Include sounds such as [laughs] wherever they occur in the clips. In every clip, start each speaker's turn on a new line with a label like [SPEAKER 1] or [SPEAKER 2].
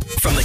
[SPEAKER 1] the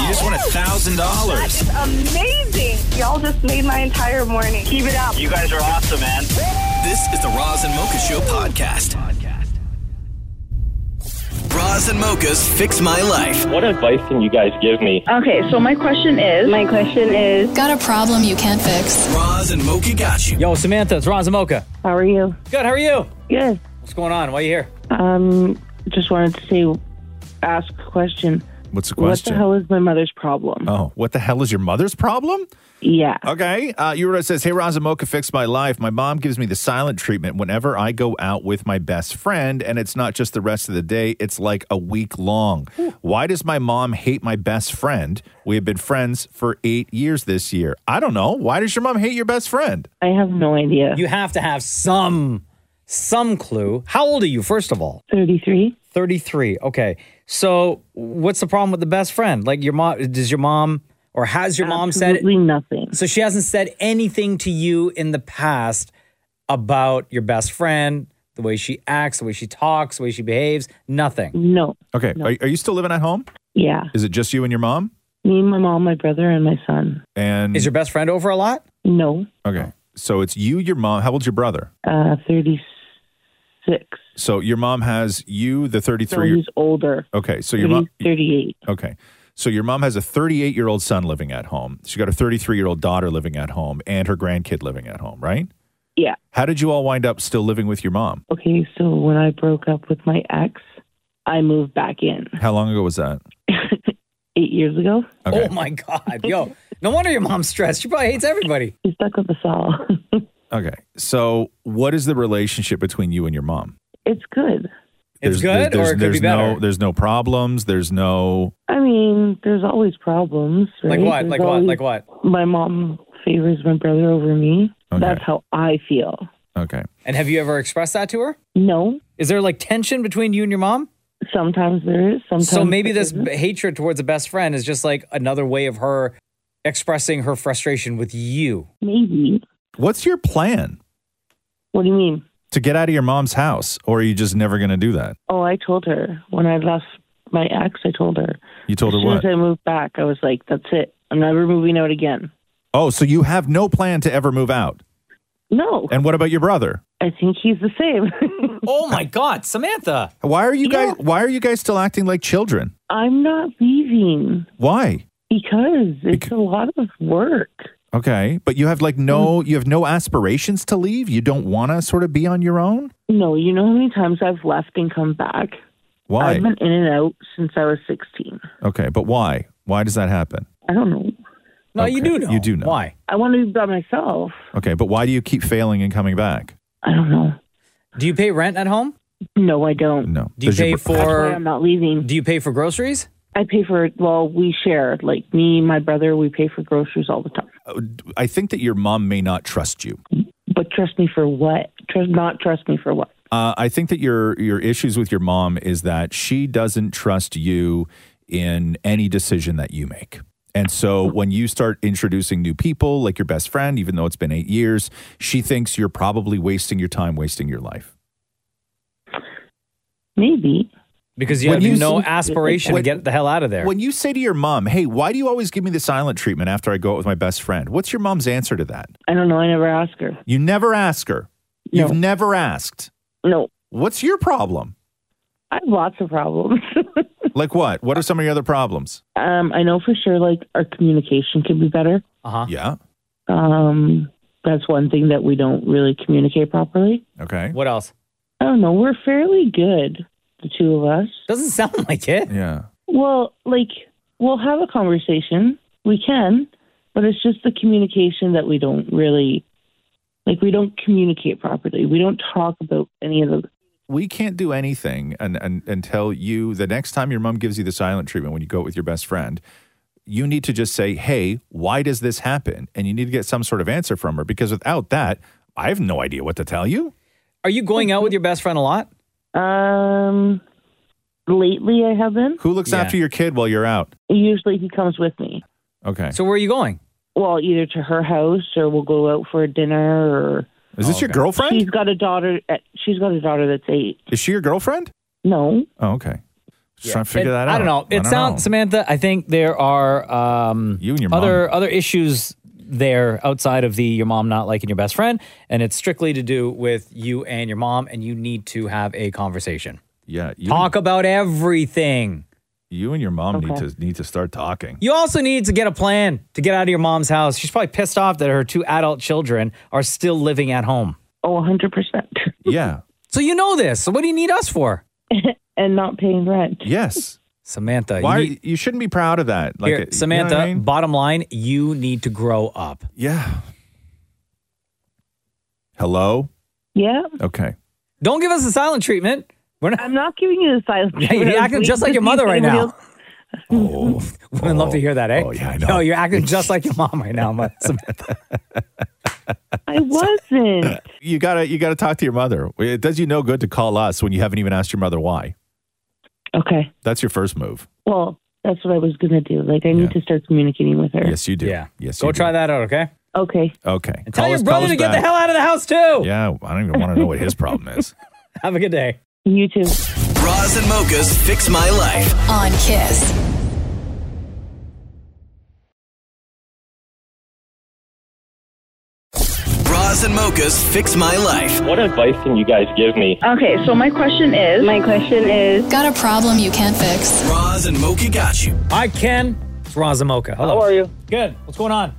[SPEAKER 1] You just won a thousand dollars.
[SPEAKER 2] Amazing. Y'all just made my entire morning. Keep it up.
[SPEAKER 3] You guys are awesome, man.
[SPEAKER 1] This is the Roz and Mocha Show podcast. Roz and Mocha's Fix My Life.
[SPEAKER 3] What advice can you guys give me?
[SPEAKER 2] Okay, so my question is. My question is.
[SPEAKER 4] Got a problem you can't fix.
[SPEAKER 1] Roz and Mocha got you.
[SPEAKER 5] Yo, Samantha, it's Roz and Mocha.
[SPEAKER 6] How are you?
[SPEAKER 5] Good, how are you?
[SPEAKER 6] Good.
[SPEAKER 5] What's going on? Why are you here?
[SPEAKER 6] Um, just wanted to say, ask a question.
[SPEAKER 7] What's the
[SPEAKER 6] What the
[SPEAKER 7] question?
[SPEAKER 6] hell is my mother's problem?
[SPEAKER 7] Oh, what the hell is your mother's problem?
[SPEAKER 6] yeah.
[SPEAKER 7] Okay. Uh, Yura says, Hey, Razamoka fixed my life. My mom gives me the silent treatment whenever I go out with my best friend, and it's not just the rest of the day, it's like a week long. Why does my mom hate my best friend? We have been friends for eight years this year. I don't know. Why does your mom hate your best friend?
[SPEAKER 6] I have no idea.
[SPEAKER 5] You have to have some some clue. How old are you, first of all?
[SPEAKER 6] 33?
[SPEAKER 5] 33. Okay. So what's the problem with the best friend? Like your mom does your mom or has your mom said
[SPEAKER 6] Absolutely nothing.
[SPEAKER 5] So she hasn't said anything to you in the past about your best friend, the way she acts, the way she talks, the way she behaves, nothing.
[SPEAKER 6] No.
[SPEAKER 7] Okay.
[SPEAKER 6] No.
[SPEAKER 7] Are, are you still living at home?
[SPEAKER 6] Yeah.
[SPEAKER 7] Is it just you and your mom?
[SPEAKER 6] Me, my mom, my brother, and my son.
[SPEAKER 7] And
[SPEAKER 5] Is your best friend over a lot?
[SPEAKER 6] No.
[SPEAKER 7] okay. So it's you, your mom. How old's your brother?
[SPEAKER 6] Uh, 36.
[SPEAKER 7] So your mom has you, the
[SPEAKER 6] So
[SPEAKER 7] 33.
[SPEAKER 6] he's older.
[SPEAKER 7] okay. So your
[SPEAKER 6] He's
[SPEAKER 7] mom.
[SPEAKER 6] 38.
[SPEAKER 7] Okay. So your mom has a 38 year old son living at home. She got a 33 year old daughter living at home and her grandkid living at home, right?
[SPEAKER 6] Yeah.
[SPEAKER 7] How did you all wind up still living with your mom?
[SPEAKER 6] Okay, so when I broke up with my ex, I moved back in [laughs]
[SPEAKER 7] How long ago was that?
[SPEAKER 6] eight years ago.
[SPEAKER 7] Okay.
[SPEAKER 5] Oh my God. Yo, no wonder your mom's stressed. She probably hates everybody.
[SPEAKER 6] He stuck with us all. [laughs]
[SPEAKER 7] Okay. So what is the relationship between you and your mom?
[SPEAKER 6] it's good.
[SPEAKER 5] It's good or it could
[SPEAKER 7] there's
[SPEAKER 5] be better.
[SPEAKER 7] No, there's no problems. There's no.
[SPEAKER 6] I mean, there's always problems. Right?
[SPEAKER 5] Like what?
[SPEAKER 6] There's
[SPEAKER 5] Like what?
[SPEAKER 6] always-
[SPEAKER 5] Like what?
[SPEAKER 6] My mom favors my brother over me.
[SPEAKER 7] Okay.
[SPEAKER 6] That's how I feel.
[SPEAKER 7] Okay.
[SPEAKER 5] And have you ever expressed that to her?
[SPEAKER 6] No,
[SPEAKER 5] Is there like tension between you and your mom?
[SPEAKER 6] sometimes there is. Sometimes
[SPEAKER 5] So maybe
[SPEAKER 6] there
[SPEAKER 5] this
[SPEAKER 6] isn't.
[SPEAKER 5] b- hatred towards a best friend is just like another way of her expressing her frustration with you.
[SPEAKER 6] maybe.
[SPEAKER 7] What's your plan
[SPEAKER 6] What do you mean?
[SPEAKER 7] to get out of your mom's house? Or are you just never going to do that?
[SPEAKER 6] Oh, I told her when I left my ex. I told her.
[SPEAKER 7] You told her
[SPEAKER 6] as soon as
[SPEAKER 7] what?
[SPEAKER 6] I moved back, I was like, "That's it. I'm never moving out again."
[SPEAKER 7] Oh, so you have no plan to ever move out.
[SPEAKER 6] No,
[SPEAKER 7] And what about your brother?
[SPEAKER 6] I think he's the same. [laughs]
[SPEAKER 5] Oh my God, Samantha.
[SPEAKER 7] Why are you guys why are you guys still acting like children?
[SPEAKER 6] I'm not leaving
[SPEAKER 7] Why?
[SPEAKER 6] because it's
[SPEAKER 7] Bec-
[SPEAKER 6] a lot of work.
[SPEAKER 7] Okay, but you have like
[SPEAKER 5] Hmm.
[SPEAKER 7] no you have no aspirations to leave. You don't want to sort of be on your own?
[SPEAKER 6] No, you know how many times I've left and come back.
[SPEAKER 7] Why?
[SPEAKER 6] I've been in and out since I was 16.
[SPEAKER 7] okay, but why? Why does that happen?
[SPEAKER 6] I don't know.
[SPEAKER 5] No, you
[SPEAKER 7] Okay,
[SPEAKER 5] do know.
[SPEAKER 7] you do know.
[SPEAKER 5] Why?
[SPEAKER 6] I want to be by myself.
[SPEAKER 7] Okay, but why do you keep failing and coming back?
[SPEAKER 6] I don't know.
[SPEAKER 5] Do you pay rent at home?
[SPEAKER 6] No, I don't.
[SPEAKER 7] No.
[SPEAKER 5] Do you
[SPEAKER 7] Does your
[SPEAKER 5] pay
[SPEAKER 7] bro-
[SPEAKER 6] That's why
[SPEAKER 5] for
[SPEAKER 6] I'm not leaving.
[SPEAKER 5] Do you pay for groceries?
[SPEAKER 6] I pay for well, we share. Like me, my brother, we pay for groceries all the time.
[SPEAKER 7] I think that your mom may not trust you.
[SPEAKER 6] But trust me for what? Trust not trust me for what?
[SPEAKER 7] Uh, I think that your your issues with your mom is that she doesn't trust you in any decision that you make. And so when you start introducing new people, like your best friend, even though it's been eight years, she thinks you're probably wasting your time, wasting your life.
[SPEAKER 6] Maybe.
[SPEAKER 5] Because you
[SPEAKER 7] When
[SPEAKER 5] have
[SPEAKER 7] you
[SPEAKER 5] no
[SPEAKER 7] see-
[SPEAKER 5] aspiration
[SPEAKER 7] when-
[SPEAKER 5] to get the hell out of there.
[SPEAKER 7] When you say to your mom, "Hey, why do you always give me the silent treatment after I go out with my best friend?" What's your mom's answer to that?
[SPEAKER 6] I don't know. I never ask her.
[SPEAKER 7] You never ask her.
[SPEAKER 6] No.
[SPEAKER 7] You've never asked.
[SPEAKER 6] No,
[SPEAKER 7] What's your problem?
[SPEAKER 6] I have lots of problems. [laughs]
[SPEAKER 7] Like what? What are some of your other problems?
[SPEAKER 6] um, I know for sure. Like our communication could be better.
[SPEAKER 5] uh-huh.
[SPEAKER 7] Yeah.
[SPEAKER 6] Um, that's one thing that we don't really communicate properly.
[SPEAKER 7] Okay.
[SPEAKER 5] What else?
[SPEAKER 6] I don't know. We're fairly good, the two of us.
[SPEAKER 5] Doesn't sound [laughs] like it.
[SPEAKER 7] Yeah.
[SPEAKER 6] Well, like we'll have a conversation. We can, but it's just the communication that we don't really like. We don't communicate properly. We don't talk about any of the.
[SPEAKER 7] we can't do anything and, and, until you the next time your mom gives you the silent treatment when you go out with your best friend you need to just say, hey, why does this happen? And you need to get some sort of answer from her because without that, I have no idea what to tell you.
[SPEAKER 5] Are you going out with your best friend a lot?
[SPEAKER 6] Um, lately I haven't.
[SPEAKER 7] Who looks
[SPEAKER 5] Yeah.
[SPEAKER 7] after your kid while you're out?
[SPEAKER 6] Usually he comes with me.
[SPEAKER 7] Okay.
[SPEAKER 5] So where are you going?
[SPEAKER 6] Well, either to her house or we'll go out for dinner or
[SPEAKER 7] Is
[SPEAKER 5] Oh,
[SPEAKER 7] this your girlfriend?
[SPEAKER 6] she's got a daughter. uh, She's got a daughter that's eight.
[SPEAKER 7] Is she your girlfriend?
[SPEAKER 6] No,
[SPEAKER 7] Oh, okay. Just trying to figure
[SPEAKER 5] It-
[SPEAKER 7] that out.
[SPEAKER 5] I don't know. It sounds, Samantha. I think there are um,
[SPEAKER 7] You and your
[SPEAKER 5] other other issues there outside of the your mom not liking your best friend, and it's strictly to do with you and your mom, and you need to have a conversation.
[SPEAKER 7] Yeah. You,
[SPEAKER 5] Talk about everything.
[SPEAKER 7] you and your mom need to need to start talking.
[SPEAKER 5] You also need to get a plan to get out of your mom's house. She's probably pissed off that her two adult children are still living at home.
[SPEAKER 6] oh, a hundred percent, [laughs]
[SPEAKER 7] Yeah.
[SPEAKER 5] So you know this. So what do you need us for,
[SPEAKER 6] and not paying rent.
[SPEAKER 7] Yes.
[SPEAKER 5] Samantha? [laughs] you
[SPEAKER 7] Why
[SPEAKER 5] need-
[SPEAKER 7] you shouldn't be proud of that. Like
[SPEAKER 5] Here,
[SPEAKER 7] you know what I
[SPEAKER 5] Samantha,
[SPEAKER 7] mean?
[SPEAKER 5] bottom line, you need to grow up.
[SPEAKER 7] Yeah. Hello?
[SPEAKER 6] Yeah,
[SPEAKER 5] [laughs]
[SPEAKER 7] Okay.
[SPEAKER 5] Don't give us a silent treatment. We're not, [laughs]
[SPEAKER 6] I'm not giving you the silence.
[SPEAKER 5] Yeah, you're acting just like your mother right now.
[SPEAKER 7] Oh.
[SPEAKER 5] Women love to hear that, eh?
[SPEAKER 7] Oh, yeah, I know.
[SPEAKER 5] No, you're
[SPEAKER 7] [laughs]
[SPEAKER 5] acting just like your mom right now, Ma- Samantha.
[SPEAKER 6] I wasn't.
[SPEAKER 7] You gotta you gotta talk to your mother. It does you no good to call us when you haven't even asked your mother why.
[SPEAKER 6] okay.
[SPEAKER 7] That's your first move.
[SPEAKER 6] Well, that's what I was gonna do. Like, I need to start communicating with her.
[SPEAKER 7] Yes, you do.
[SPEAKER 5] Yeah.
[SPEAKER 7] Yes, you
[SPEAKER 5] Go try that out, okay?
[SPEAKER 6] Okay.
[SPEAKER 7] that. Okay.
[SPEAKER 5] And tell
[SPEAKER 7] Call
[SPEAKER 5] your
[SPEAKER 7] us-
[SPEAKER 5] brother
[SPEAKER 7] call us
[SPEAKER 5] to get the
[SPEAKER 7] back.
[SPEAKER 5] hell out of the house, too.
[SPEAKER 7] Yeah, I don't even want to know what his problem
[SPEAKER 5] [laughs]
[SPEAKER 7] is.
[SPEAKER 5] Have a good day.
[SPEAKER 6] You too.
[SPEAKER 1] Bras and Mocha's Fix My Life.
[SPEAKER 4] on Kiss.
[SPEAKER 1] Bras and Mocha's Fix My Life.
[SPEAKER 3] What advice can you guys give me?
[SPEAKER 8] Okay, so my question is
[SPEAKER 2] My question is,
[SPEAKER 4] Got a problem you can't fix?
[SPEAKER 1] Bras and Mocha got you.
[SPEAKER 5] Hi, Ken. It's Razamoka. Hello.
[SPEAKER 9] How are you?
[SPEAKER 5] Good. What's going on?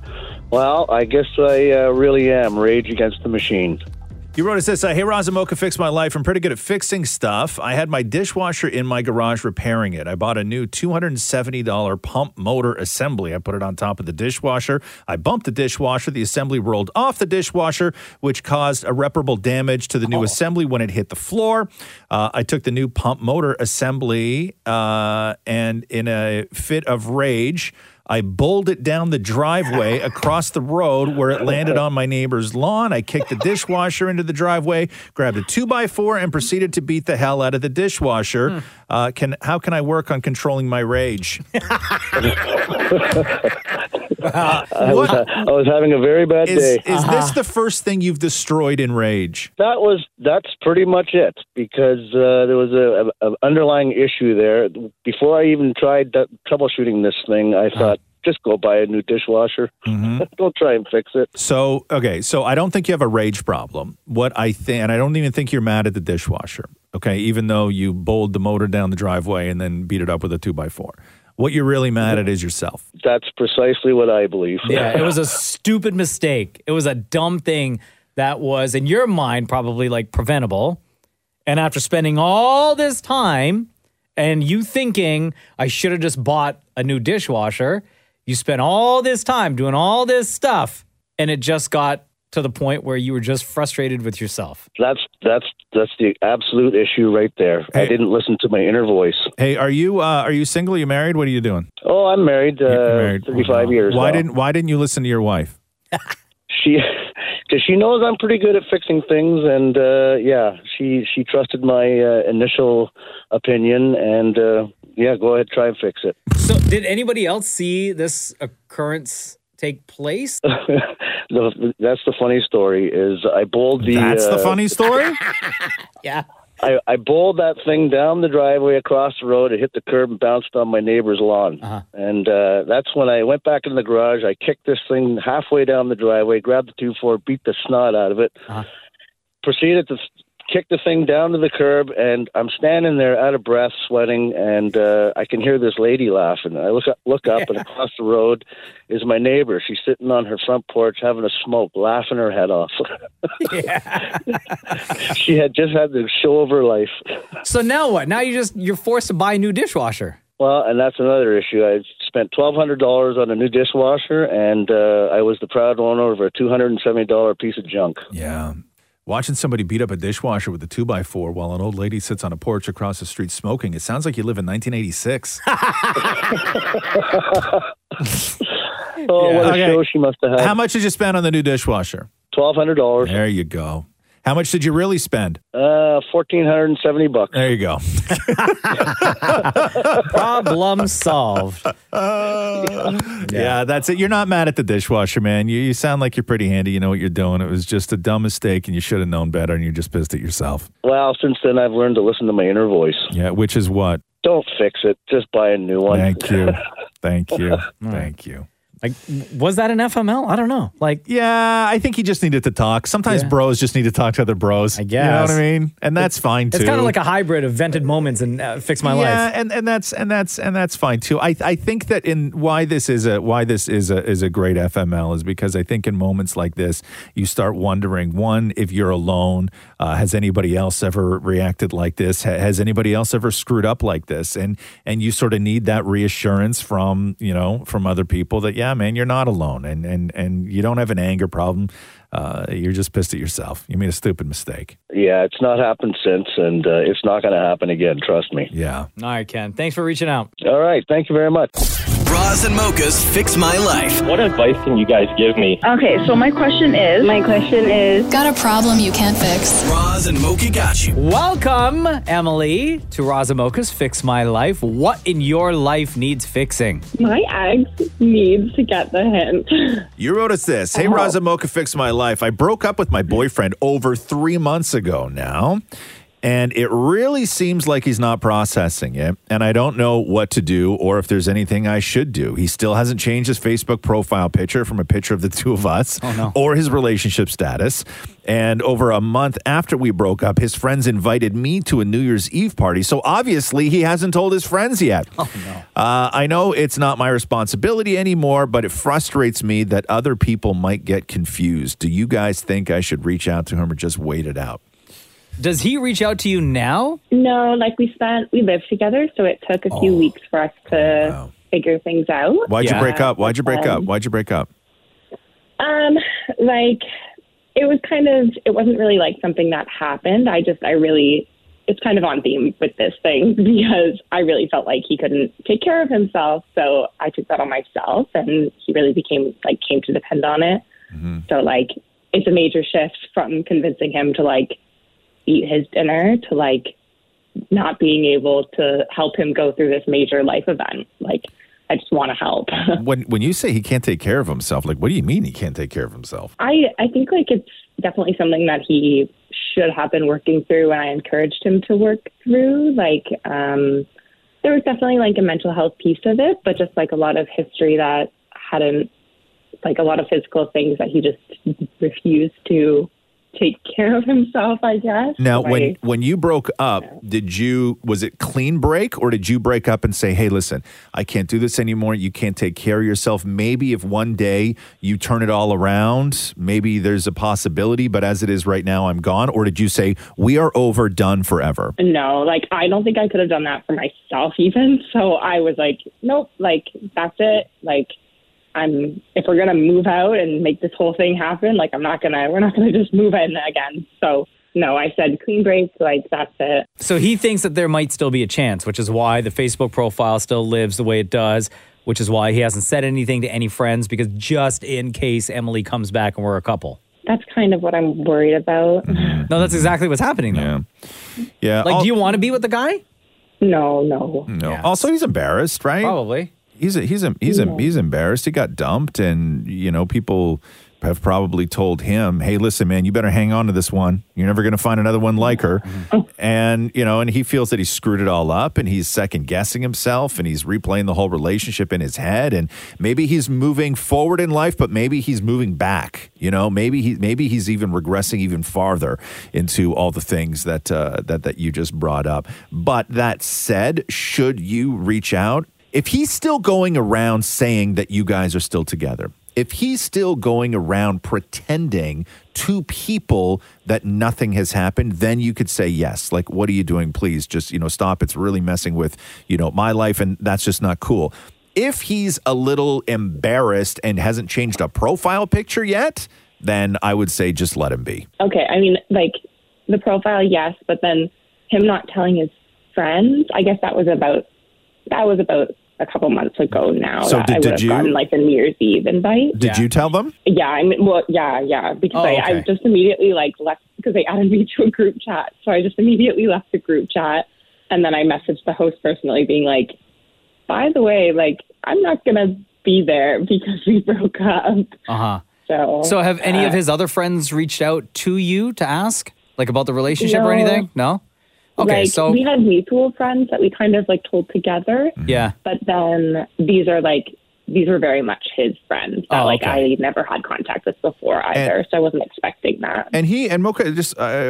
[SPEAKER 9] Well, I guess I uh, really am Rage Against the Machine.
[SPEAKER 7] He wrote us this uh, Hey, Razamoka fixed my life. I'm pretty good at fixing stuff. I had my dishwasher in my garage repairing it. I bought a new $270 pump motor assembly. I put it on top of the dishwasher. I bumped the dishwasher. The assembly rolled off the dishwasher, which caused irreparable damage to the new assembly when it hit the floor. Uh, I took the new pump motor assembly uh, and, in a fit of rage, I bowled it down the driveway across the road where it landed on my neighbor's lawn. I kicked the dishwasher into the driveway, grabbed a two by four, and proceeded to beat the hell out of the dishwasher. Uh, can how can I work on controlling my rage? what
[SPEAKER 9] I was having a very bad
[SPEAKER 7] is
[SPEAKER 9] day.
[SPEAKER 7] is this the first thing you've destroyed in rage?
[SPEAKER 9] That was that's pretty much it because uh, there was a, a, a underlying issue there. Before I even tried that, troubleshooting this thing, I thought just go buy a new dishwasher. [laughs] Don't try and fix it.
[SPEAKER 7] So okay, so I don't think you have a rage problem. What I think, and I don't even think you're mad at the dishwasher. Okay, even though you bowled the motor down the driveway and then beat it up with a two by four. What you're really mad at is yourself.
[SPEAKER 9] That's precisely what I believe.
[SPEAKER 5] Yeah, it was a stupid mistake. It was a dumb thing that was, in your mind, probably like preventable. And after spending all this time and you thinking, I should have just bought a new dishwasher, you spent all this time doing all this stuff. And it just got to the point where you were just frustrated with yourself.
[SPEAKER 9] That's that's that's the absolute issue right there. I didn't listen to my inner voice.
[SPEAKER 7] Hey, are you uh, are you single? Are you married? What are you doing?
[SPEAKER 9] Oh, I'm married. Uh,
[SPEAKER 7] You're married.
[SPEAKER 9] 35 years.
[SPEAKER 7] Why
[SPEAKER 9] now.
[SPEAKER 7] didn't Why didn't you listen to your wife?
[SPEAKER 9] she [laughs] because she knows I'm pretty good at fixing things, and uh, yeah, she she trusted my uh, initial opinion, and uh, yeah, go ahead, try and fix it. [laughs]
[SPEAKER 5] So, did anybody else see this occurrence take place?
[SPEAKER 9] [laughs] The, that's the funny story. Is I bowled the
[SPEAKER 7] That's the
[SPEAKER 9] uh, [laughs]
[SPEAKER 7] funny story.
[SPEAKER 5] Yeah.
[SPEAKER 9] I, I bowled that thing down the driveway across the road. It hit the curb and bounced on my neighbor's lawn. And uh, that's when I went back in the garage. I kicked this thing halfway down the driveway, grabbed the two four, beat the snot out of it, proceeded to s- kick the thing down to the curb. And I'm standing there out of breath, sweating, and uh, I can hear this lady laughing. I look up, look up, and across the road is my neighbor. She's sitting on her front porch having a smoke, laughing her head off. [laughs] she had just had the show of her life.
[SPEAKER 5] So now what? Now you just you're forced to buy a new dishwasher.
[SPEAKER 9] Well, and that's another issue. I spent twelve hundred dollars on a new dishwasher, and uh, I was the proud owner of a two hundred and seventy dollar piece of junk.
[SPEAKER 7] yeah. Watching somebody beat up a dishwasher with a two by four while an old lady sits on a porch across the street smoking. It sounds like you live
[SPEAKER 9] [laughs]
[SPEAKER 7] in 1986.
[SPEAKER 9] Oh, what a
[SPEAKER 7] Okay.
[SPEAKER 9] show she must have had.
[SPEAKER 7] How much did you spend on the new dishwasher?
[SPEAKER 9] Twelve hundred dollars.
[SPEAKER 7] There you go. How much did you really spend?
[SPEAKER 9] Uh, fourteen hundred and seventy bucks.
[SPEAKER 7] There you go. [laughs]
[SPEAKER 5] Problem solved.
[SPEAKER 7] yeah. that's it. You're not mad at the dishwasher, man. You, you sound like you're pretty handy. You know what you're doing. It was just a dumb mistake, and you should have known better, and you're just pissed at yourself.
[SPEAKER 9] Well, since then I've learned to listen to my inner voice.
[SPEAKER 7] Yeah, which is what?
[SPEAKER 9] Don't fix it. Just buy a new one.
[SPEAKER 7] Thank you. Thank you. Thank you.
[SPEAKER 5] Like, was that an FML? I don't know. Like,
[SPEAKER 7] Yeah, I think he just needed to talk. Sometimes
[SPEAKER 5] Yeah.
[SPEAKER 7] bros just need to talk to other bros.
[SPEAKER 5] I
[SPEAKER 7] You know what
[SPEAKER 5] guess.
[SPEAKER 7] I mean? And that's fine too.
[SPEAKER 5] it's kind of like a hybrid of vented moments and uh, fix my
[SPEAKER 7] yeah,
[SPEAKER 5] life.
[SPEAKER 7] and, and that's and that's and that's fine too. I I think that in why this is a why this is a is a great FML is because I think in moments like this you start wondering one if you're alone. Uh, has anybody else ever reacted like this? Ha- has anybody else ever screwed up like this? And and you sort of need that reassurance from you know from other people that yeah man you're not alone and and and you don't have an anger problem. Uh, you're just pissed at yourself. You made a stupid mistake.
[SPEAKER 9] Yeah, it's not happened since, and uh, it's not going to happen again. Trust me.
[SPEAKER 7] Yeah.
[SPEAKER 5] All right, Ken. Thanks for reaching out.
[SPEAKER 9] All right. Thank you very much.
[SPEAKER 1] Bras and Mocha's Fix My Life.
[SPEAKER 3] What advice can you guys give me?
[SPEAKER 2] Okay, so my question is. My question is.
[SPEAKER 4] Got a problem you can't fix?
[SPEAKER 1] Bras and Mocha got you.
[SPEAKER 5] Welcome, Emily, to Razamoka's Fix My Life. What in your life needs fixing?
[SPEAKER 2] My ex needs to get the hint.
[SPEAKER 7] You wrote us this. Hey, Razamoka fixed my life. I broke up with my boyfriend over three months ago now, and it really seems like he's not processing it. And I don't know what to do or if there's anything I should do. He still hasn't changed his Facebook profile picture from a picture of the [laughs] two of us or his relationship status. And over a month after we broke up, his friends invited me to a New Year's Eve party. So obviously, he hasn't told his friends yet. Uh, I know it's not my responsibility anymore, but it frustrates me that other people might get confused. Do you guys think I should reach out to him or just wait it out?
[SPEAKER 5] Does he reach out to you now?
[SPEAKER 2] No, like we spent, we lived together, so it took a few weeks for us to figure things out.
[SPEAKER 7] Why'd you
[SPEAKER 5] Yeah.
[SPEAKER 7] break up? Why'd you break up?
[SPEAKER 2] Um,
[SPEAKER 7] Why'd you break up?
[SPEAKER 2] Um, like it was kind of it wasn't really like something that happened. I just I really it's kind of on theme with this thing [laughs] because I really felt like he couldn't take care of himself, so I took that on myself and he really became like came to depend on it. So like it's a major shift from convincing him to like eat his dinner to like not being able to help him go through this major life event. Like I just want to help.
[SPEAKER 7] When when you say he can't take care of himself, like what do you mean he can't take care of himself?
[SPEAKER 2] I I think like it's definitely something that he should have been working through, and I encouraged him to work through. Like um, there was definitely like a mental health piece of it, but just like a lot of history that hadn't like a lot of physical things that he just refused to take care of himself. I guess
[SPEAKER 7] Now, when
[SPEAKER 2] Like,
[SPEAKER 7] when you broke up, did you was it clean break or did you break up and say, "Hey, listen, I can't do this anymore. You can't take care of yourself. Maybe if one day you turn it all around, maybe there's a possibility, but as it is right now, I'm gone." Or did you say, "We are over, done forever?"
[SPEAKER 2] no, like I don't think I could have done that for myself even. [laughs] So I was like, nope, like that's it, like. I'm if we're gonna move out and make this whole thing happen, like I'm not gonna we're not gonna [laughs] just move in again. So no, I said clean break, like that's it.
[SPEAKER 5] So he thinks that there might still be a chance, which is why the Facebook profile still lives the way it does, which is why he hasn't said anything to any friends because just in case Emily comes back and we're a couple.
[SPEAKER 2] That's kind of what I'm worried about.
[SPEAKER 5] No, that's exactly what's happening though.
[SPEAKER 7] Yeah.
[SPEAKER 5] Like,
[SPEAKER 7] al-
[SPEAKER 5] do you want to be with the guy?
[SPEAKER 2] No, no.
[SPEAKER 7] no. Also, he's embarrassed, right?
[SPEAKER 5] Probably.
[SPEAKER 7] he's he's he's he's embarrassed. He got dumped, and you know people have probably told him, "Hey, listen, man, you better hang on to this one. You're never going to find another one like her." And you know, and he feels that he screwed it all up, and he's second guessing himself, and he's replaying the whole relationship in his head, and maybe he's moving forward in life, but maybe he's moving back. You know, maybe he maybe he's even regressing even farther into all the things that uh, that that you just brought up. But that said, should you reach out? If he's still going around saying that you guys are still together, if he's still going around pretending to people that nothing has happened, then you could say yes. Like, what are you doing? Please just, you know, stop. It's really messing with, you know, my life, and that's just not cool. If he's a little embarrassed and hasn't changed a profile picture yet, then I would say just let him be.
[SPEAKER 6] Okay, I mean, like the profile, yes, but then him not telling his friends. I guess that was about that was about a couple months ago now.
[SPEAKER 7] So
[SPEAKER 6] that
[SPEAKER 7] did-
[SPEAKER 6] I would
[SPEAKER 7] did
[SPEAKER 6] have
[SPEAKER 7] you-
[SPEAKER 6] gotten like the New Year's Eve invite.
[SPEAKER 7] Did you tell them?
[SPEAKER 6] Yeah, I mean, well, yeah, yeah, because
[SPEAKER 7] Oh,
[SPEAKER 6] I, I
[SPEAKER 7] okay.
[SPEAKER 6] just immediately like left because they added me to a group chat, so I just immediately left the group chat, and then I messaged the host personally, being like, "By the way, like I'm not gonna be there because we broke up."
[SPEAKER 5] Uh huh.
[SPEAKER 6] So,
[SPEAKER 5] So have any of
[SPEAKER 6] uh,
[SPEAKER 5] his other friends reached out to you to ask like about the relationship or
[SPEAKER 6] No.
[SPEAKER 5] anything? No. Okay,
[SPEAKER 6] like,
[SPEAKER 5] so
[SPEAKER 6] we had mutual friends that we kind of like told together,
[SPEAKER 7] Mm-hmm.
[SPEAKER 5] yeah.
[SPEAKER 6] but then these are like these were very much his friends that
[SPEAKER 7] Oh,
[SPEAKER 6] like
[SPEAKER 7] okay.
[SPEAKER 6] I never had contact with before either, so I wasn't expecting that.
[SPEAKER 7] And he and Mocha just I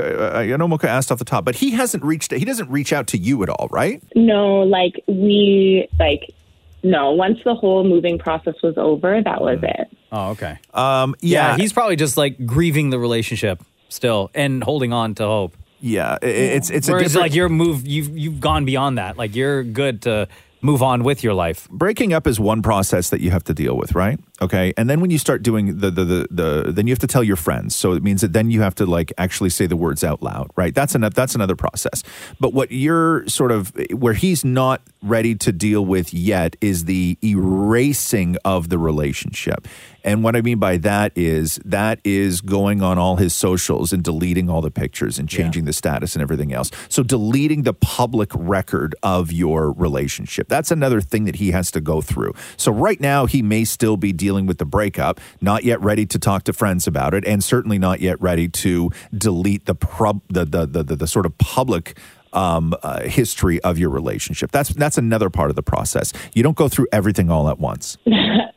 [SPEAKER 7] I I know Mocha asked off the top, but he hasn't reached he doesn't reach out to you at all, right?
[SPEAKER 6] No, like we like no. Once the whole moving process was over, that was
[SPEAKER 7] Mm.
[SPEAKER 6] it.
[SPEAKER 5] Oh, okay.
[SPEAKER 7] Um,
[SPEAKER 5] yeah,
[SPEAKER 7] yeah.
[SPEAKER 5] he's probably just like grieving the relationship still and holding on to hope.
[SPEAKER 7] Yeah, i- i- it's it's a
[SPEAKER 5] Whereas
[SPEAKER 7] different,
[SPEAKER 5] like your move, you've you've gone beyond that. Like you're good to move on with your life.
[SPEAKER 7] breaking up is one process that you have to deal with, right? Okay, and then when you start doing the the the, the then you have to tell your friends. So it means that then you have to like actually say the words out loud, right? That's another that's another process. But what you're sort of where he's not ready to deal with yet is the erasing of the relationship. And what I mean by that is that is going on all his socials and deleting all the pictures and changing the status and everything else. So deleting the public record of your relationship. That's another thing that he has to go through. So right now he may still be dealing with the breakup, not yet ready to talk to friends about it and certainly not yet ready to delete the prob- the, the the the the sort of public um, uh, history of your relationship. That's that's another part of the process. You don't go through everything all at once.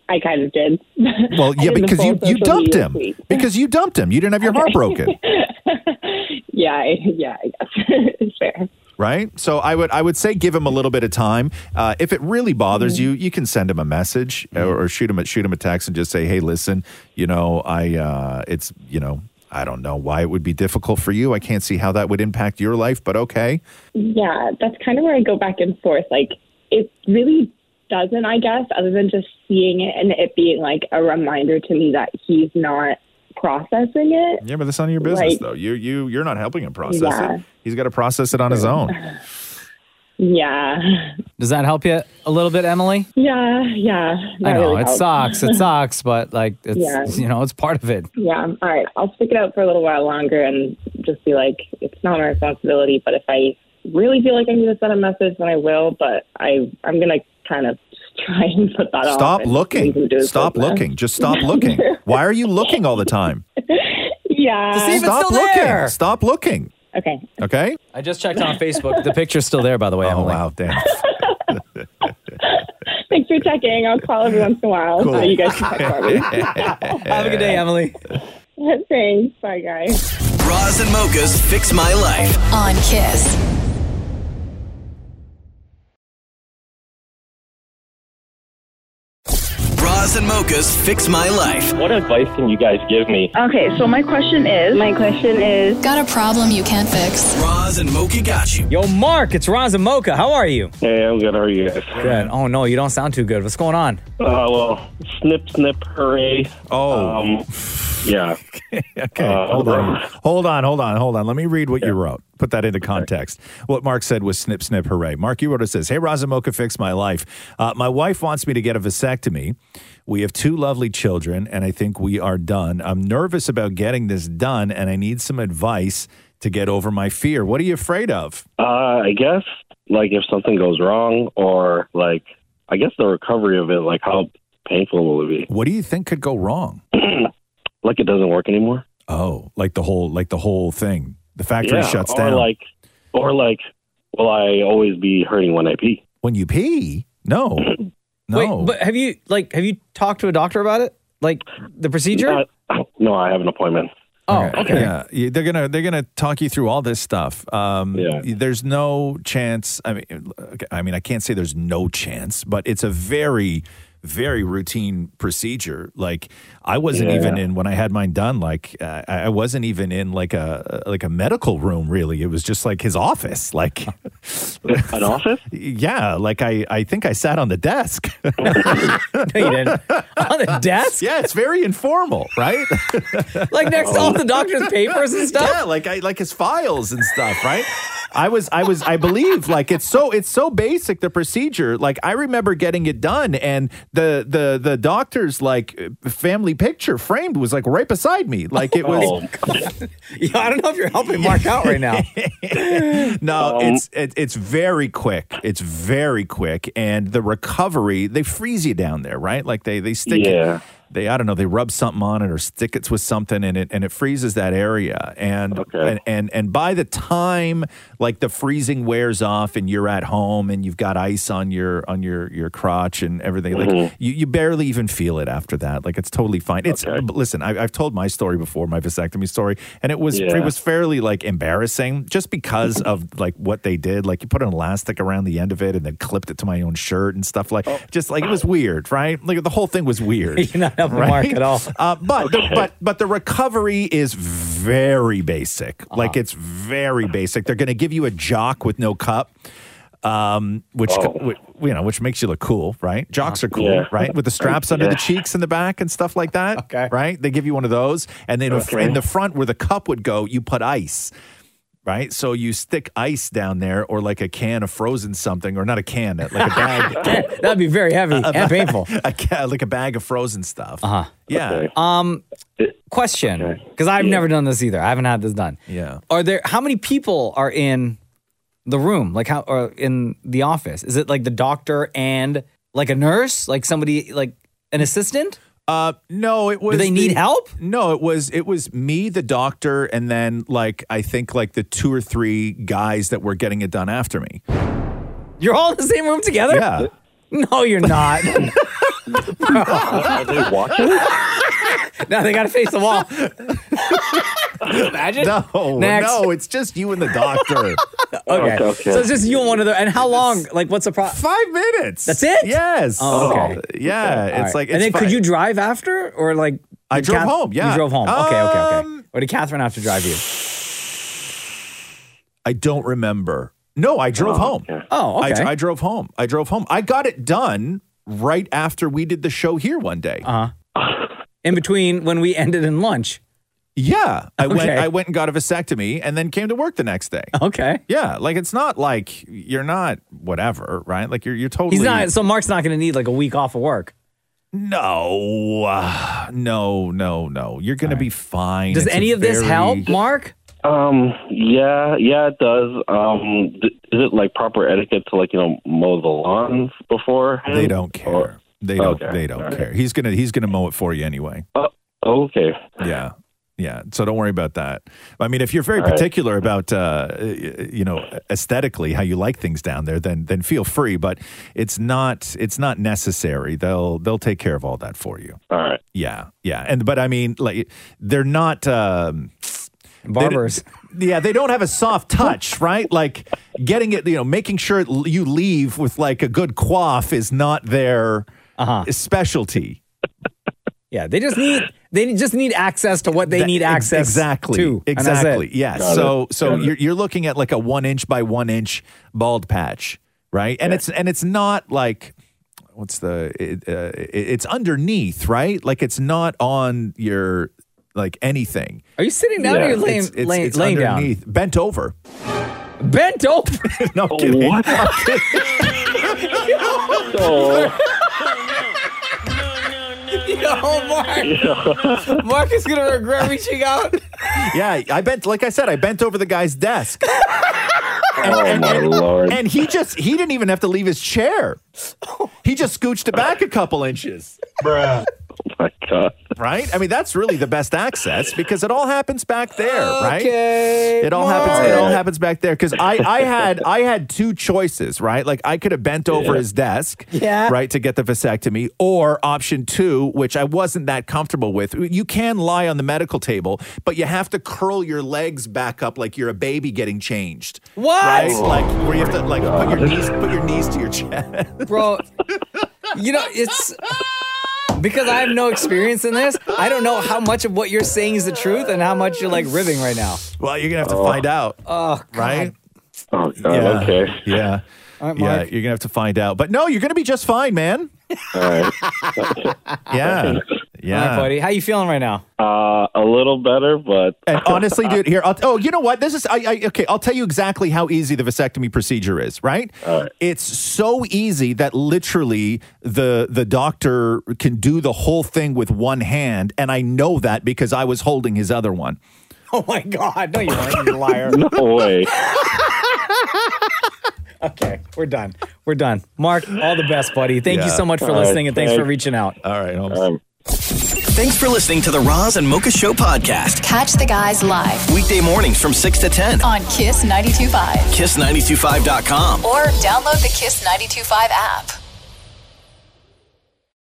[SPEAKER 6] I kind of did. [laughs]
[SPEAKER 7] Well,
[SPEAKER 6] I
[SPEAKER 7] yeah,
[SPEAKER 6] did the
[SPEAKER 7] because
[SPEAKER 6] full
[SPEAKER 7] you, you
[SPEAKER 6] social
[SPEAKER 7] dumped
[SPEAKER 6] media
[SPEAKER 7] him.
[SPEAKER 6] suite.
[SPEAKER 7] Because you dumped him. You didn't have your heart broken,
[SPEAKER 6] Yeah, I, yeah, I guess [laughs] it's fair.
[SPEAKER 7] right? So I would I would say give him a little bit of time. Uh, if it really
[SPEAKER 6] Mm-hmm.
[SPEAKER 7] bothers you, you can send him a message or, or shoot him a shoot him a text and just say, hey, listen, you know, I uh, it's you know. I don't know why it would be difficult for you. I can't see how that would impact your life, but okay.
[SPEAKER 6] Yeah, that's kind of where I go back and forth. Like, it really doesn't, I guess, other than just seeing it and it being like a reminder to me that he's not processing it.
[SPEAKER 7] Yeah, but that's none of your business,
[SPEAKER 6] Like-
[SPEAKER 7] though. You you you're not helping him process
[SPEAKER 6] Yeah.
[SPEAKER 7] it. He's got to process it on his own.
[SPEAKER 6] Yeah,
[SPEAKER 5] Does that help you a little bit, Emily?
[SPEAKER 6] yeah, yeah.
[SPEAKER 5] I
[SPEAKER 6] That
[SPEAKER 5] know
[SPEAKER 6] really
[SPEAKER 5] it
[SPEAKER 6] helps.
[SPEAKER 5] sucks.
[SPEAKER 6] [laughs]
[SPEAKER 5] It sucks, but like it's
[SPEAKER 6] Yeah.
[SPEAKER 5] you know it's part of it.
[SPEAKER 6] Yeah, all right. I'll stick it out for a little while longer and Um, just be like, it's not my responsibility. But if I really feel like I need to send a message, then I will. But I, I'm gonna kind of [laughs] try and put that off.
[SPEAKER 7] Stop
[SPEAKER 6] and leave him
[SPEAKER 7] looking.
[SPEAKER 6] to his
[SPEAKER 7] Stop
[SPEAKER 6] business. [laughs]
[SPEAKER 7] looking. Just stop looking. Why are you looking all the time?
[SPEAKER 6] [laughs] Yeah.
[SPEAKER 5] See if it's
[SPEAKER 7] Stop
[SPEAKER 5] still
[SPEAKER 7] looking.
[SPEAKER 5] there.
[SPEAKER 7] Stop looking.
[SPEAKER 6] Okay.
[SPEAKER 7] Okay.
[SPEAKER 5] I just checked on Facebook. The picture's still there, by the way.
[SPEAKER 7] Oh
[SPEAKER 5] Emily.
[SPEAKER 7] wow, damn.
[SPEAKER 6] Thanks for checking. I'll call every once in a while. Uh, you guys can check
[SPEAKER 7] [laughs]
[SPEAKER 6] for
[SPEAKER 5] Have a good day, Emily.
[SPEAKER 6] me. Thanks. Bye, guys.
[SPEAKER 1] Bras and Mocha's Fix My Life.
[SPEAKER 4] on Kiss.
[SPEAKER 1] Bras and Mocha's Fix My Life.
[SPEAKER 9] What advice can you guys give me?
[SPEAKER 2] Okay, so my question is my question is
[SPEAKER 4] Got a problem you can't fix?
[SPEAKER 1] Bras and Mocha got you.
[SPEAKER 5] Yo, Mark, it's Raza Mocha. How are you?
[SPEAKER 9] Hey, I'm good. How are you guys?
[SPEAKER 5] Good. Oh no, you don't sound too good. What's going on?
[SPEAKER 9] Uh, well, snip, snip, hooray.
[SPEAKER 7] Oh,
[SPEAKER 9] Um, yeah.
[SPEAKER 7] [laughs] okay.
[SPEAKER 9] uh,
[SPEAKER 7] hold on.
[SPEAKER 9] hold on.
[SPEAKER 7] Hold on. Hold on. Hold on. Let me read what you wrote. Put that into context. What Mark said was snip, snip, hooray. Mark, you wrote it says, Hey, Razamoka, fix my life. Uh, my wife wants me to get a vasectomy. We have two lovely children, and I think we are done. I'm nervous about getting this done, and I need some advice to get over my fear. What are you afraid of?
[SPEAKER 9] Uh, I guess, like, if something goes wrong or, like, I guess the recovery of it, like, how painful will it be?
[SPEAKER 7] What do you think could go wrong?
[SPEAKER 9] Like, it doesn't work anymore?
[SPEAKER 7] Oh, like the whole, like the whole thing. The factory shuts
[SPEAKER 9] or,
[SPEAKER 7] down
[SPEAKER 9] like, or, like, will I always be hurting when I pee?
[SPEAKER 7] when you pee. No, no.
[SPEAKER 5] [laughs] Wait, but have you like have you talked to a doctor about it? Like the procedure?
[SPEAKER 9] Uh, no, I have an
[SPEAKER 7] [laughs]
[SPEAKER 9] appointment.
[SPEAKER 5] oh, okay. [laughs]
[SPEAKER 7] Yeah, Yeah, they're gonna they're gonna talk you through all this stuff. Um,
[SPEAKER 9] Yeah.
[SPEAKER 7] There's no chance. I mean, okay, I mean, I can't say there's no chance, but it's a very very routine procedure. Like I wasn't
[SPEAKER 10] Yeah.
[SPEAKER 7] even in when I had mine done. Like uh, I I wasn't even in like a uh, like a medical room. Really, it was just like his office. Like [laughs]
[SPEAKER 3] an office.
[SPEAKER 7] Yeah, like I I think I sat on the desk. [laughs] no, you
[SPEAKER 5] [laughs] didn't. On the desk?
[SPEAKER 7] Yeah, it's very informal, right? [laughs]
[SPEAKER 5] Like next to all [laughs] the doctor's papers and stuff?
[SPEAKER 7] Yeah, like I like his files and stuff, right? I was I was I believe like it's so it's so basic the procedure. Like I remember getting it done and the the the doctor's like family picture framed was like right beside me. Like it
[SPEAKER 9] Oh,
[SPEAKER 7] was
[SPEAKER 5] Yeah, I don't know if you're helping Mark out right [laughs] now.
[SPEAKER 7] no, it's it, it's very quick. It's very quick, and the recovery they freeze you down there, right? Like they they stick
[SPEAKER 3] Yeah.
[SPEAKER 7] it. They I don't know. They rub something on it or stick it with something, and it and it freezes that area. And and, and and by the time like the freezing wears off, and you're at home, and you've got ice on your on your your crotch and everything,
[SPEAKER 3] Mhm.
[SPEAKER 7] like you, you barely even feel it after that. Like it's totally fine. It's but listen. I, I've told my story before, my vasectomy story, and it was
[SPEAKER 3] Yeah.
[SPEAKER 7] it was fairly like embarrassing just because of like what they did. Like you put an elastic around the end of it and then clipped it to my own shirt and stuff like just like it was weird, right? Like the whole thing was weird.
[SPEAKER 5] Oh. [laughs] You're not helping Mark at all.
[SPEAKER 7] [laughs] Uh, but the,
[SPEAKER 5] Okay.
[SPEAKER 7] but but the recovery is very basic.
[SPEAKER 5] Uh-huh.
[SPEAKER 7] Like it's very basic. They're going to give you a jock with no cup. Um, which,
[SPEAKER 5] Oh.
[SPEAKER 7] which you know, which makes you look cool, right? Jocks
[SPEAKER 5] Uh-huh.
[SPEAKER 7] are cool,
[SPEAKER 3] Yeah.
[SPEAKER 7] right?
[SPEAKER 5] [laughs]
[SPEAKER 7] With the straps under the
[SPEAKER 3] Yeah.
[SPEAKER 7] cheeks in the back and stuff like that, okay. right? They give you one of those, and then
[SPEAKER 3] Okay.
[SPEAKER 7] in the front where the cup would go, you put ice, right? So you stick ice down there, or like a can of frozen something, or not a can, like a
[SPEAKER 5] [laughs]
[SPEAKER 7] bag.
[SPEAKER 5] That'd be very [laughs] heavy
[SPEAKER 7] A- a
[SPEAKER 5] and
[SPEAKER 7] ba-
[SPEAKER 5] painful.
[SPEAKER 7] a ca- like a bag of frozen stuff.
[SPEAKER 5] Uh huh.
[SPEAKER 7] Yeah.
[SPEAKER 5] Um, question, because I've never done this either. I haven't had this done.
[SPEAKER 7] Yeah.
[SPEAKER 5] Are there how many people are in the room? Like how or in the office? Is it like the doctor and like a nurse, like somebody like an assistant?
[SPEAKER 7] Uh, no, it was.
[SPEAKER 5] Do they
[SPEAKER 7] the-
[SPEAKER 5] need help?
[SPEAKER 7] No, it was it was me, the doctor, and then like I think like the two or three guys that were getting it done after me.
[SPEAKER 5] You're all in the same room together? [laughs]
[SPEAKER 7] Yeah.
[SPEAKER 5] No, you're
[SPEAKER 7] [laughs]
[SPEAKER 5] not.
[SPEAKER 7] Are they watching?
[SPEAKER 9] [laughs]
[SPEAKER 5] now they got to face the wall. Imagine.
[SPEAKER 7] No,
[SPEAKER 5] Next.
[SPEAKER 7] no, it's just you and the
[SPEAKER 5] [laughs]
[SPEAKER 7] doctor.
[SPEAKER 5] Okay. So it's just you and one of the. And how long? Like, what's the pro?
[SPEAKER 7] Five minutes.
[SPEAKER 5] That's it.
[SPEAKER 7] Yes.
[SPEAKER 5] Oh, okay.
[SPEAKER 7] Yeah,
[SPEAKER 5] All
[SPEAKER 7] it's
[SPEAKER 5] right.
[SPEAKER 7] like-
[SPEAKER 5] and
[SPEAKER 7] it's
[SPEAKER 5] then could
[SPEAKER 7] fine.
[SPEAKER 5] you drive after or like?
[SPEAKER 7] I
[SPEAKER 5] did
[SPEAKER 7] drove home, yeah. Um,
[SPEAKER 5] You drove home. okay. Okay. Okay. Or did Catherine have to drive you?
[SPEAKER 7] I don't remember. No, I drove
[SPEAKER 5] Oh,
[SPEAKER 7] home.
[SPEAKER 5] okay. Oh, okay.
[SPEAKER 7] I, I drove home. I drove home. I got it done right after we did the show here one day.
[SPEAKER 5] Uh huh. In between when we ended in lunch.
[SPEAKER 7] Yeah, I went.
[SPEAKER 5] Okay.
[SPEAKER 7] I went and got a vasectomy, and then came to work the next day.
[SPEAKER 5] Okay.
[SPEAKER 7] Yeah, like it's not like you're not whatever, right? Like you're you're totally.
[SPEAKER 5] He's not. So Mark's not going to need like a week off of work.
[SPEAKER 7] no, uh, no, no, no. You're gonna be fine.
[SPEAKER 5] Does
[SPEAKER 7] It's a
[SPEAKER 5] any of this
[SPEAKER 7] very-
[SPEAKER 5] help, Mark?
[SPEAKER 3] Um. Yeah. Yeah. It does. Um. Th- is it like proper etiquette to like you know mow the lawns before?
[SPEAKER 7] They don't care. They don't. They don't care. He's gonna. He's gonna mow it for you anyway.
[SPEAKER 3] Okay.
[SPEAKER 7] Yeah. Yeah. So don't worry about that. I mean, if you're very
[SPEAKER 3] All right.
[SPEAKER 7] particular about, uh, you know, aesthetically how you like things down there, then then feel free. But it's not it's not necessary. They'll they'll take care of all that for you.
[SPEAKER 3] All right.
[SPEAKER 7] Yeah. Yeah. And but I mean, like they're not. Um,
[SPEAKER 5] Barbers.
[SPEAKER 7] They, yeah, they don't have a soft touch, right? Like getting it, you know, making sure you leave with like a good quaff is not their specialty.
[SPEAKER 5] Yeah. They just need. They just need access to what they
[SPEAKER 7] That-
[SPEAKER 5] need
[SPEAKER 7] ex-
[SPEAKER 5] access
[SPEAKER 7] exactly
[SPEAKER 5] to. and that's it.
[SPEAKER 7] exactly yes
[SPEAKER 5] Got
[SPEAKER 7] so
[SPEAKER 5] it.
[SPEAKER 7] so
[SPEAKER 5] Got it.
[SPEAKER 7] you're, you're looking at like a one inch by one inch bald patch right and it's and it's not like what's the it, uh, it- it's underneath right like it's not on your like anything
[SPEAKER 5] Are you sitting down or
[SPEAKER 7] Yeah.
[SPEAKER 5] you're laying,
[SPEAKER 7] It's- it's-
[SPEAKER 5] laying,
[SPEAKER 7] it's
[SPEAKER 5] laying down?
[SPEAKER 7] underneath, bent over [laughs]
[SPEAKER 5] Bent over. [laughs]
[SPEAKER 7] no I'm kidding.
[SPEAKER 5] Oh, What?
[SPEAKER 7] I'm
[SPEAKER 9] [laughs] Oh,
[SPEAKER 7] kidding.
[SPEAKER 5] Yo, Mark. Mark is going to regret reaching out.
[SPEAKER 7] yeah i bent like i said i bent over the guy's desk
[SPEAKER 3] oh my lord.
[SPEAKER 7] and he just he didn't even have to leave
[SPEAKER 5] [laughs]
[SPEAKER 7] his chair he just scooched it back a couple inches
[SPEAKER 3] Bruh. my God.
[SPEAKER 7] right? I mean, that's really the best access because it all happens back there, right?
[SPEAKER 5] Okay,
[SPEAKER 7] It all happens. It all happens back there because I, I had I had two choices, right? Like I could have bent over
[SPEAKER 3] Yeah.
[SPEAKER 7] his desk,
[SPEAKER 5] Yeah.
[SPEAKER 7] right, to get the vasectomy, or option two, which I wasn't that comfortable with. You can lie on the medical table, but you have to curl your legs back up like you're a baby getting changed.
[SPEAKER 5] What?
[SPEAKER 7] [laughs] Right? Like where you have to like put your knees put your knees to your chest.
[SPEAKER 5] Bro, you know, it's because I have no experience in this. I don't know how much of what you're saying is the truth and how much you're like ribbing right now.
[SPEAKER 7] Well, you're gonna have to find out.
[SPEAKER 5] Oh,
[SPEAKER 7] right?
[SPEAKER 9] Oh, God,
[SPEAKER 7] yeah.
[SPEAKER 9] okay.
[SPEAKER 7] Yeah.
[SPEAKER 5] All right,
[SPEAKER 7] yeah,
[SPEAKER 5] Mark.
[SPEAKER 7] you're gonna have to find out. But no, you're gonna be just fine, man.
[SPEAKER 9] All right.
[SPEAKER 7] Yeah.
[SPEAKER 5] Ah, All right,
[SPEAKER 7] Yeah.
[SPEAKER 5] buddy. How you feeling right now? [laughs]
[SPEAKER 9] Uh, a little better, but
[SPEAKER 7] And honestly, dude, here. I'll, oh, you know what? This is I, I. Okay, I'll tell you exactly how easy the vasectomy procedure is. Right? It's so easy that literally the the doctor can do the whole thing with one hand, and I know that because I was holding his other one.
[SPEAKER 5] Oh my God! No, you weren't. You
[SPEAKER 7] [laughs]
[SPEAKER 5] liar.
[SPEAKER 9] no way.
[SPEAKER 5] Okay, we're done. We're done. Mark, all the best, buddy. Thank you
[SPEAKER 7] Yeah.
[SPEAKER 5] so much for
[SPEAKER 9] All right,
[SPEAKER 5] listening and thanks for
[SPEAKER 9] thanks.
[SPEAKER 5] reaching out.
[SPEAKER 7] All right. Holmes.
[SPEAKER 9] Um,
[SPEAKER 1] Thanks for listening to the Roz and Mocha Show podcast.
[SPEAKER 4] Catch the guys live
[SPEAKER 1] Weekday mornings from 6 to 10.
[SPEAKER 4] on Kiss 92.5
[SPEAKER 1] Kiss925.com.
[SPEAKER 4] or download the Kiss 92.5 app.